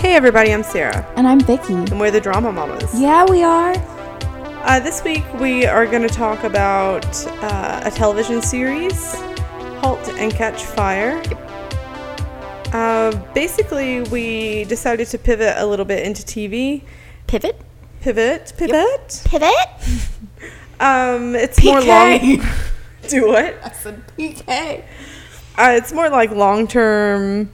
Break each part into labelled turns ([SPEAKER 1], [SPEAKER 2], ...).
[SPEAKER 1] Hey everybody, I'm Sarah,
[SPEAKER 2] And I'm Vicky.
[SPEAKER 1] and we're the Drama Mamas.
[SPEAKER 2] Yeah, we are.
[SPEAKER 1] Uh, this week we are going to talk about uh, a television series, *Halt and Catch Fire*. Uh, basically, we decided to pivot a little bit into TV.
[SPEAKER 2] Pivot?
[SPEAKER 1] Pivot, pivot.
[SPEAKER 2] Pivot?
[SPEAKER 1] Um, it's more long. Do what?
[SPEAKER 2] I said PK.
[SPEAKER 1] Uh, it's more like long-term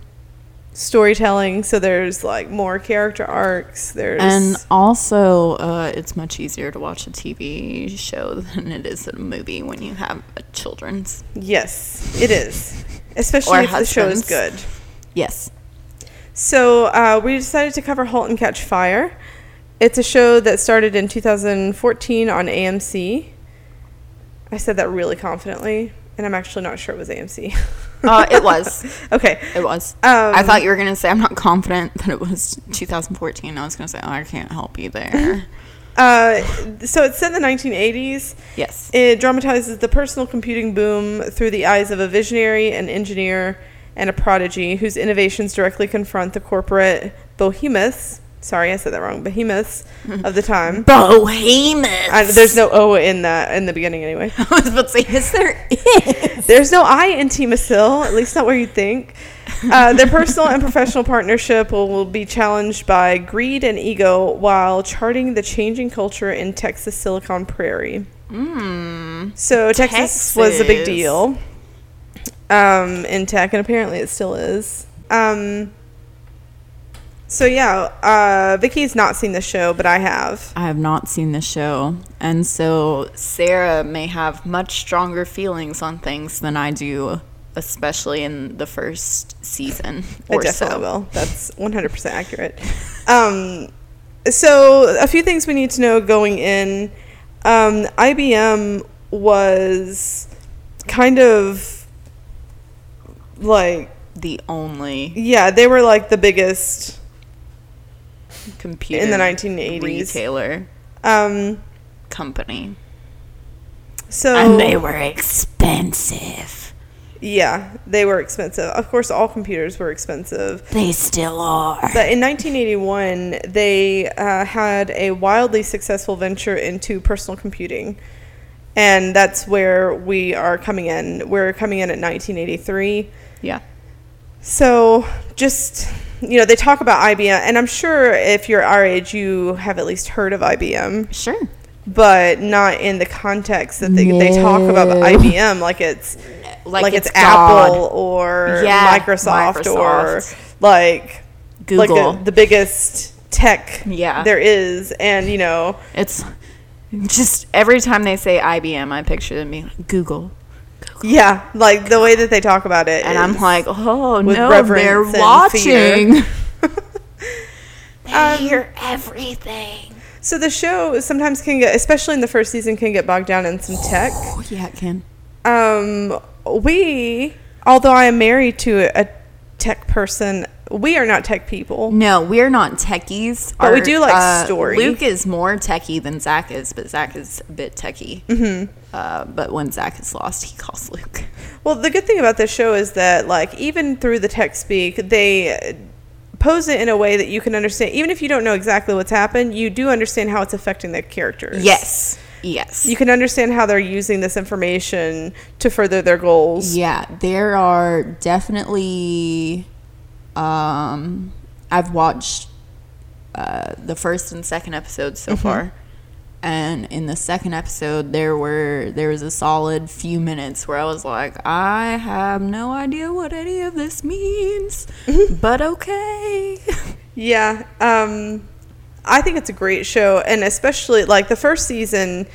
[SPEAKER 1] storytelling. So there's like more character arcs. There's
[SPEAKER 3] And also, uh, it's much easier to watch a TV show than it is a movie when you have a children's.
[SPEAKER 1] Yes, it is. Especially
[SPEAKER 3] Or
[SPEAKER 1] if the show is good.
[SPEAKER 3] husbands. Yes.
[SPEAKER 1] So uh, we decided to cover *Halt and Catch Fire*. It's a show that started in 2014 on AMC. I said that really confidently, and I'm actually not sure it was AMC.
[SPEAKER 3] Uh, it was.
[SPEAKER 1] okay.
[SPEAKER 3] It was.
[SPEAKER 1] Um,
[SPEAKER 3] I thought you were going to say, I'm not confident that it was 2014. I was going to say, oh, I can't help you there.
[SPEAKER 1] Uh, so it's set in the 1980s.
[SPEAKER 3] yes.
[SPEAKER 1] It dramatizes the personal computing boom through the eyes of a visionary, an engineer, and a prodigy whose innovations directly confront the corporate behemoths. Sorry, I said that wrong. Behemoths of the time.
[SPEAKER 3] Bohemus.
[SPEAKER 1] I, there's no O in that in the beginning anyway.
[SPEAKER 3] I was about to say, is there?
[SPEAKER 1] There's no I in Timasil, at least not where you'd think. Uh, their personal and professional partnership will, will be challenged by greed and ego while charting the changing culture in Texas Silicon Prairie. Mm. So Texas, was a big
[SPEAKER 3] Texas.
[SPEAKER 1] deal um, in tech, and apparently it still is. Um, so yeah, uh, Vicky's not seen the show, but I have.
[SPEAKER 3] I have not seen the show. And so Sarah may have much stronger feelings on things than I do, especially in the first season
[SPEAKER 1] I
[SPEAKER 3] or
[SPEAKER 1] definitely
[SPEAKER 3] so.
[SPEAKER 1] will. That's 100% accurate. Um, so, a few things we need to know going in. Um, IBM was kind of like,
[SPEAKER 3] The only
[SPEAKER 1] yeah, they were like the biggest.
[SPEAKER 3] computer
[SPEAKER 1] 1980s.
[SPEAKER 3] retailer
[SPEAKER 1] Um,
[SPEAKER 3] company.
[SPEAKER 1] so
[SPEAKER 3] were expensive.
[SPEAKER 1] yeah, they were expensive. Of course, all computers were expensive.
[SPEAKER 3] They still are.
[SPEAKER 1] But in 1981, they uh, had a wildly successful venture into personal computing. And that's where we are coming in. We're coming in at 1983.
[SPEAKER 3] Yeah.
[SPEAKER 1] So just, you know, they talk about IBM. And I'm sure if you're our age, you have at least heard of IBM,
[SPEAKER 3] Sure.
[SPEAKER 1] but not in the context that they, they talk about
[SPEAKER 3] No.
[SPEAKER 1] IBM like it's like, it's,
[SPEAKER 3] God.
[SPEAKER 1] Apple or
[SPEAKER 3] Yeah,
[SPEAKER 1] Microsoft,
[SPEAKER 3] Microsoft.
[SPEAKER 1] or like
[SPEAKER 3] Google.
[SPEAKER 1] like a, the biggest tech
[SPEAKER 3] Yeah.
[SPEAKER 1] there is, and you know,
[SPEAKER 3] it's just every time they say IBM, I picture them being like, Google.
[SPEAKER 1] yeah, like the way that they talk about it,
[SPEAKER 3] And I'm
[SPEAKER 1] is-
[SPEAKER 3] like, oh
[SPEAKER 1] With
[SPEAKER 3] no, they're
[SPEAKER 1] reverence and fear.
[SPEAKER 3] watching.
[SPEAKER 1] um, so the show sometimes can get, especially in the first season, can get bogged down in some tech.
[SPEAKER 3] Oh, yeah, it can.
[SPEAKER 1] Um, we, although I am married to a tech person, we are not tech people.
[SPEAKER 3] No, we're not techies. uh,
[SPEAKER 1] But we do like story.
[SPEAKER 3] Luke is more techie than Zach is, but Zach is a bit techie. Mm-hmm. Uh, but when Zach is lost, he calls Luke.
[SPEAKER 1] Well, the good thing about this show is that, like, even through the tech speak, they pose it in a way that you can understand. Even if you don't know exactly what's happened, you do understand how it's affecting the characters.
[SPEAKER 3] Yes. Yes.
[SPEAKER 1] you can understand how they're using this information to further their goals.
[SPEAKER 3] Yeah, there are definitely. Um, I've watched uh, the first and second episode so far, and in the second episode, there were there was a solid few minutes where I was like, I have no idea what any of this means, but okay.
[SPEAKER 1] Yeah. Um, I think it's a great show, and especially like the first season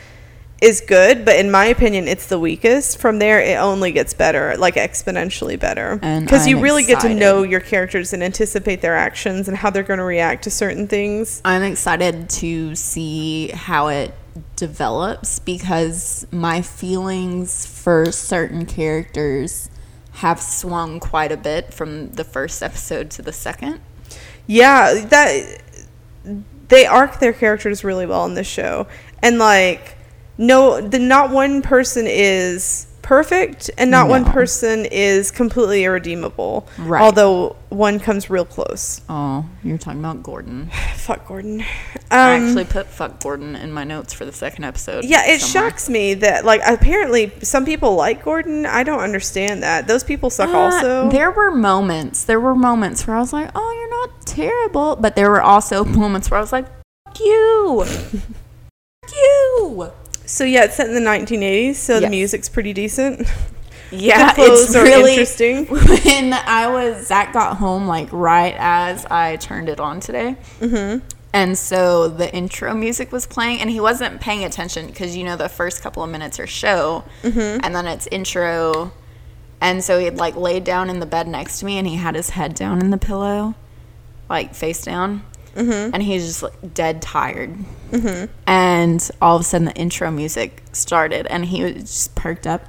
[SPEAKER 1] is good, but in my opinion, it's the weakest. From there, it only gets better, like exponentially better,
[SPEAKER 3] And
[SPEAKER 1] because you
[SPEAKER 3] I'm
[SPEAKER 1] really get to
[SPEAKER 3] excited.
[SPEAKER 1] know your characters and anticipate their actions and how they're going to react to certain things.
[SPEAKER 3] I'm excited to see how it develops because my feelings for certain characters have swung quite a bit from the first episode to the second.
[SPEAKER 1] Yeah, that they arc their characters really well in this show, and like no, the not one person is perfect, and not one
[SPEAKER 3] No.
[SPEAKER 1] person is completely irredeemable.
[SPEAKER 3] Right.
[SPEAKER 1] Although one comes real close.
[SPEAKER 3] Oh, you're talking about Gordon.
[SPEAKER 1] Fuck Gordon. Um,
[SPEAKER 3] I actually put fuck Gordon in my notes for the second episode.
[SPEAKER 1] yeah, it
[SPEAKER 3] somewhere.
[SPEAKER 1] shocks me that like apparently some people like Gordon. I don't understand that. Those people suck
[SPEAKER 3] Uh,
[SPEAKER 1] also.
[SPEAKER 3] There were moments. There were moments where I was like, "Oh, you're not terrible," but there were also moments where I was like, "Fuck you, Fuck you."
[SPEAKER 1] So yeah, it's set in the 1980s, so the
[SPEAKER 3] Yes.
[SPEAKER 1] music's pretty decent.
[SPEAKER 3] Yeah,
[SPEAKER 1] the clothes
[SPEAKER 3] it's
[SPEAKER 1] are
[SPEAKER 3] really
[SPEAKER 1] interesting.
[SPEAKER 3] When I was Zach got home like right as I turned it on today, mm-hmm. and so the intro music was playing, and he wasn't paying attention because you know the first couple of minutes are show, and then it's intro, and so he had like laid down in the bed next to me, and he had his head down in the pillow, like face down,
[SPEAKER 1] Mm-hmm.
[SPEAKER 3] and he's just like dead tired. And all of a sudden, the intro music started, and he was just perked up.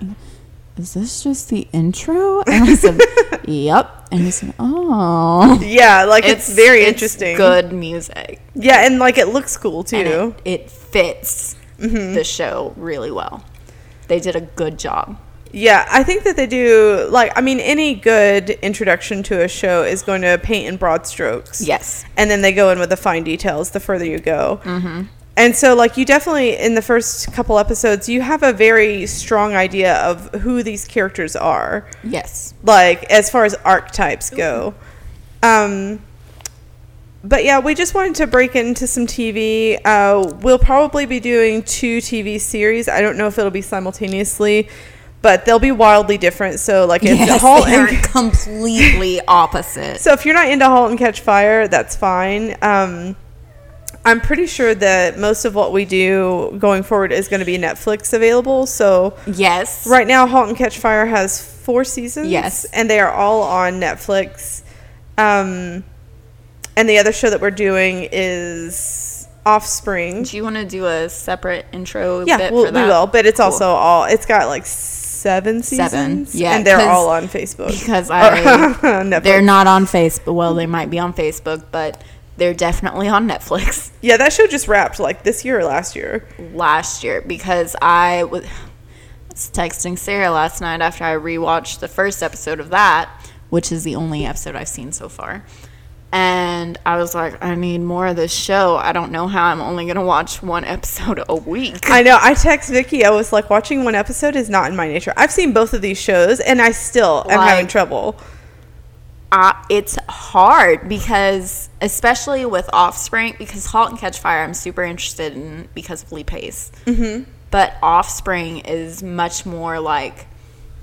[SPEAKER 3] Is this just the intro? And I said, "Yep." And he said, "Oh,
[SPEAKER 1] Yeah, like it's, very interesting.
[SPEAKER 3] Good music,
[SPEAKER 1] Yeah, and like it looks cool too.
[SPEAKER 3] and it, it fits
[SPEAKER 1] Mm-hmm.
[SPEAKER 3] the show really well. They did a good job.
[SPEAKER 1] Yeah, I think that they do. Like, I mean, any good introduction to a show is going to paint in broad strokes.
[SPEAKER 3] Yes.
[SPEAKER 1] And then they go in with the fine details the further you go. Mm-hmm. And so, like, you definitely, in the first couple episodes, you have a very strong idea of who these characters are,
[SPEAKER 3] Yes,
[SPEAKER 1] like, as far as archetypes go. Um, but yeah, we just wanted to break into some TV. Uh, we'll probably be doing two TV series. I don't know if it'll be simultaneously, but they'll be wildly different. So like if
[SPEAKER 3] yes
[SPEAKER 1] Halt
[SPEAKER 3] they are
[SPEAKER 1] and
[SPEAKER 3] completely opposite.
[SPEAKER 1] so if you're not into Halt and Catch Fire, that's fine. Um, I'm pretty sure that most of what we do going forward is going to be Netflix available. So
[SPEAKER 3] Yes,
[SPEAKER 1] Right now, *Halt and Catch Fire* has four seasons.
[SPEAKER 3] Yes.
[SPEAKER 1] and they are all on Netflix. Um, and the other show that we're doing is *Offspring*.
[SPEAKER 3] Do you want to do a separate intro?
[SPEAKER 1] Yeah,
[SPEAKER 3] bit
[SPEAKER 1] we'll,
[SPEAKER 3] for
[SPEAKER 1] we
[SPEAKER 3] that?
[SPEAKER 1] will. But it's
[SPEAKER 3] Cool.
[SPEAKER 1] also all. It's got like seven seasons.
[SPEAKER 3] yeah,
[SPEAKER 1] and they're
[SPEAKER 3] 'cause-
[SPEAKER 1] all on Facebook.
[SPEAKER 3] because
[SPEAKER 1] Or
[SPEAKER 3] I
[SPEAKER 1] Netflix.
[SPEAKER 3] they're not on Facebook. Well, they might be on Facebook, but they're definitely on Netflix.
[SPEAKER 1] yeah, that show just wrapped like this year or last year.
[SPEAKER 3] last year because I was I was texting Sarah last night after I rewatched the first episode of that, which is the only episode I've seen so far. And I was like, I need more of this show. I don't know how I'm only going to watch one episode a week.
[SPEAKER 1] I know. I text Vicky. I was like, watching one episode is not in my nature. I've seen both of these shows, and I still am having
[SPEAKER 3] Like-
[SPEAKER 1] trouble.
[SPEAKER 3] I, uh, it's hard because, especially with Offspring, because Halt and Catch Fire, I'm super interested in because of Lee Pace. Mm-hmm. But Offspring is much more like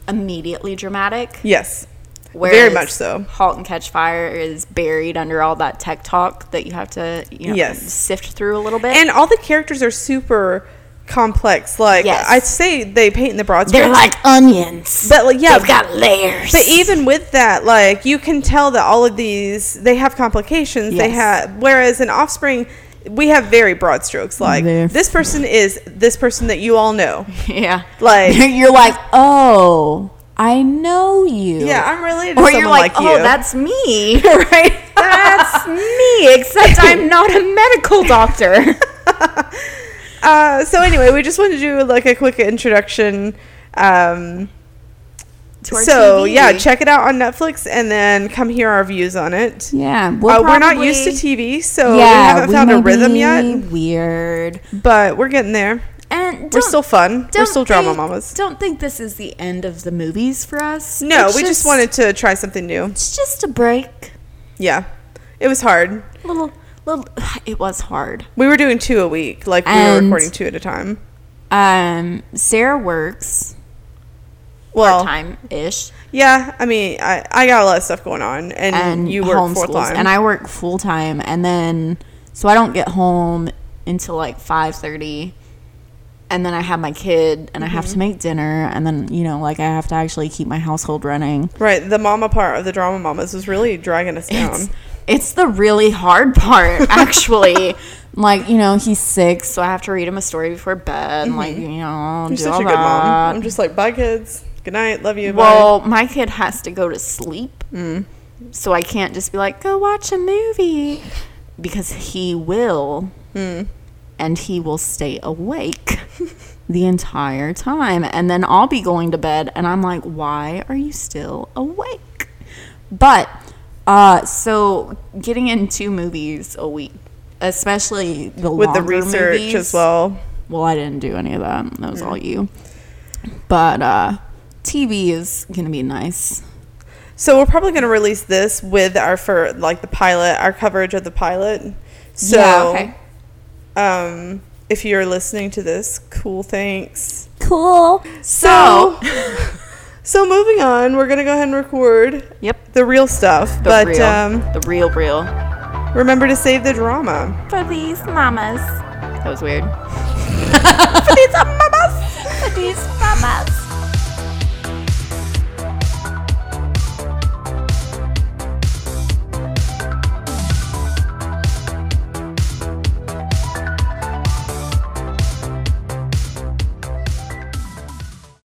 [SPEAKER 3] immediately dramatic.
[SPEAKER 1] Yes.
[SPEAKER 3] Whereas
[SPEAKER 1] much so.
[SPEAKER 3] Halt and Catch Fire is buried under all that tech talk that you have to, you know,
[SPEAKER 1] Yes.
[SPEAKER 3] sift through a little bit.
[SPEAKER 1] and all the characters are super complex. Like
[SPEAKER 3] Yes.
[SPEAKER 1] I'd say they paint in the broad
[SPEAKER 3] they're
[SPEAKER 1] strokes,
[SPEAKER 3] like onions.
[SPEAKER 1] but like, yeah,
[SPEAKER 3] They've got layers.
[SPEAKER 1] but e even with that, like you can tell that all of these they have complications. They
[SPEAKER 3] Yes.
[SPEAKER 1] have whereas in Offspring. We have very broad strokes. Like
[SPEAKER 3] Very-
[SPEAKER 1] this person is this person that you all know.
[SPEAKER 3] yeah,
[SPEAKER 1] Like-
[SPEAKER 3] you're like, oh, I know you.
[SPEAKER 1] Yeah, I'm related to
[SPEAKER 3] Or
[SPEAKER 1] someone
[SPEAKER 3] you're like,
[SPEAKER 1] like,
[SPEAKER 3] oh,
[SPEAKER 1] you.
[SPEAKER 3] that's me, right? That's me, except I'm not a medical doctor.
[SPEAKER 1] uh, so anyway, we just wanted to do like a quick introduction. Um,
[SPEAKER 3] To our
[SPEAKER 1] so
[SPEAKER 3] TV.
[SPEAKER 1] yeah, check it out on Netflix, and then come hear our views on it.
[SPEAKER 3] Yeah, we
[SPEAKER 1] Uh, we're not used to TV, so we
[SPEAKER 3] yeah,
[SPEAKER 1] haven't found a
[SPEAKER 3] may
[SPEAKER 1] rhythm
[SPEAKER 3] be
[SPEAKER 1] yet,
[SPEAKER 3] Weird,
[SPEAKER 1] but we're getting there.
[SPEAKER 3] and
[SPEAKER 1] We're
[SPEAKER 3] don't-
[SPEAKER 1] still fun. We're
[SPEAKER 3] don't
[SPEAKER 1] still drama
[SPEAKER 3] think-
[SPEAKER 1] mamas.
[SPEAKER 3] Don't think this is the end of the movies for us.
[SPEAKER 1] No,
[SPEAKER 3] It's
[SPEAKER 1] we just, wanted to try something new.
[SPEAKER 3] It's just a break.
[SPEAKER 1] Yeah. It was hard.
[SPEAKER 3] Little, little. It was hard.
[SPEAKER 1] We were doing two a week. Like, we were
[SPEAKER 3] And-
[SPEAKER 1] recording two at a time.
[SPEAKER 3] Um, Sarah works
[SPEAKER 1] Well,
[SPEAKER 3] time ish
[SPEAKER 1] yeah. I mean, I, I got a lot of stuff going on, and,
[SPEAKER 3] and
[SPEAKER 1] you work full
[SPEAKER 3] homeschools,
[SPEAKER 1] time.
[SPEAKER 3] and I work full time, and then so I don't get home until like five thirty. And then I have my kid, and I have
[SPEAKER 1] Mm-hmm.
[SPEAKER 3] to make dinner, and then you know, like I have to actually keep my household running.
[SPEAKER 1] right. The mama part of the drama mamas was really dragging us down.
[SPEAKER 3] It's, it's the really hard part, actually. like, you know, he's six, so I have to read him a story before bed. and Like, you know,
[SPEAKER 1] Mm-hmm. You're
[SPEAKER 3] do
[SPEAKER 1] such
[SPEAKER 3] all
[SPEAKER 1] a good mom. I'm
[SPEAKER 3] that.
[SPEAKER 1] just like, bye, kids. Good night. Love you. Mm. bye.
[SPEAKER 3] Well, my kid has to go to sleep, so I can't just be like, go watch a movie,
[SPEAKER 1] Mm.
[SPEAKER 3] because he will, and he will stay awake. the entire time. And then I'll be going to bed and I'm like, why are you still awake? But uh so getting in two movies a week, especially the
[SPEAKER 1] with the
[SPEAKER 3] longer
[SPEAKER 1] research
[SPEAKER 3] movies,
[SPEAKER 1] as well.
[SPEAKER 3] Well, I didn't do any of that. That was
[SPEAKER 2] Mm.
[SPEAKER 3] all you. But uh TV is gonna be nice.
[SPEAKER 1] So we're probably going to release this with our for like the pilot, our coverage of the pilot. So um if you're listening to this, cool thanks.
[SPEAKER 2] Cool.
[SPEAKER 1] So So moving on, we're going to go ahead and record
[SPEAKER 3] Yep.
[SPEAKER 1] the real stuff,
[SPEAKER 3] The
[SPEAKER 1] but
[SPEAKER 3] real,
[SPEAKER 1] um
[SPEAKER 3] the real real.
[SPEAKER 1] remember to save the drama.
[SPEAKER 2] For these mamas.
[SPEAKER 3] That was weird.
[SPEAKER 2] For these mamas.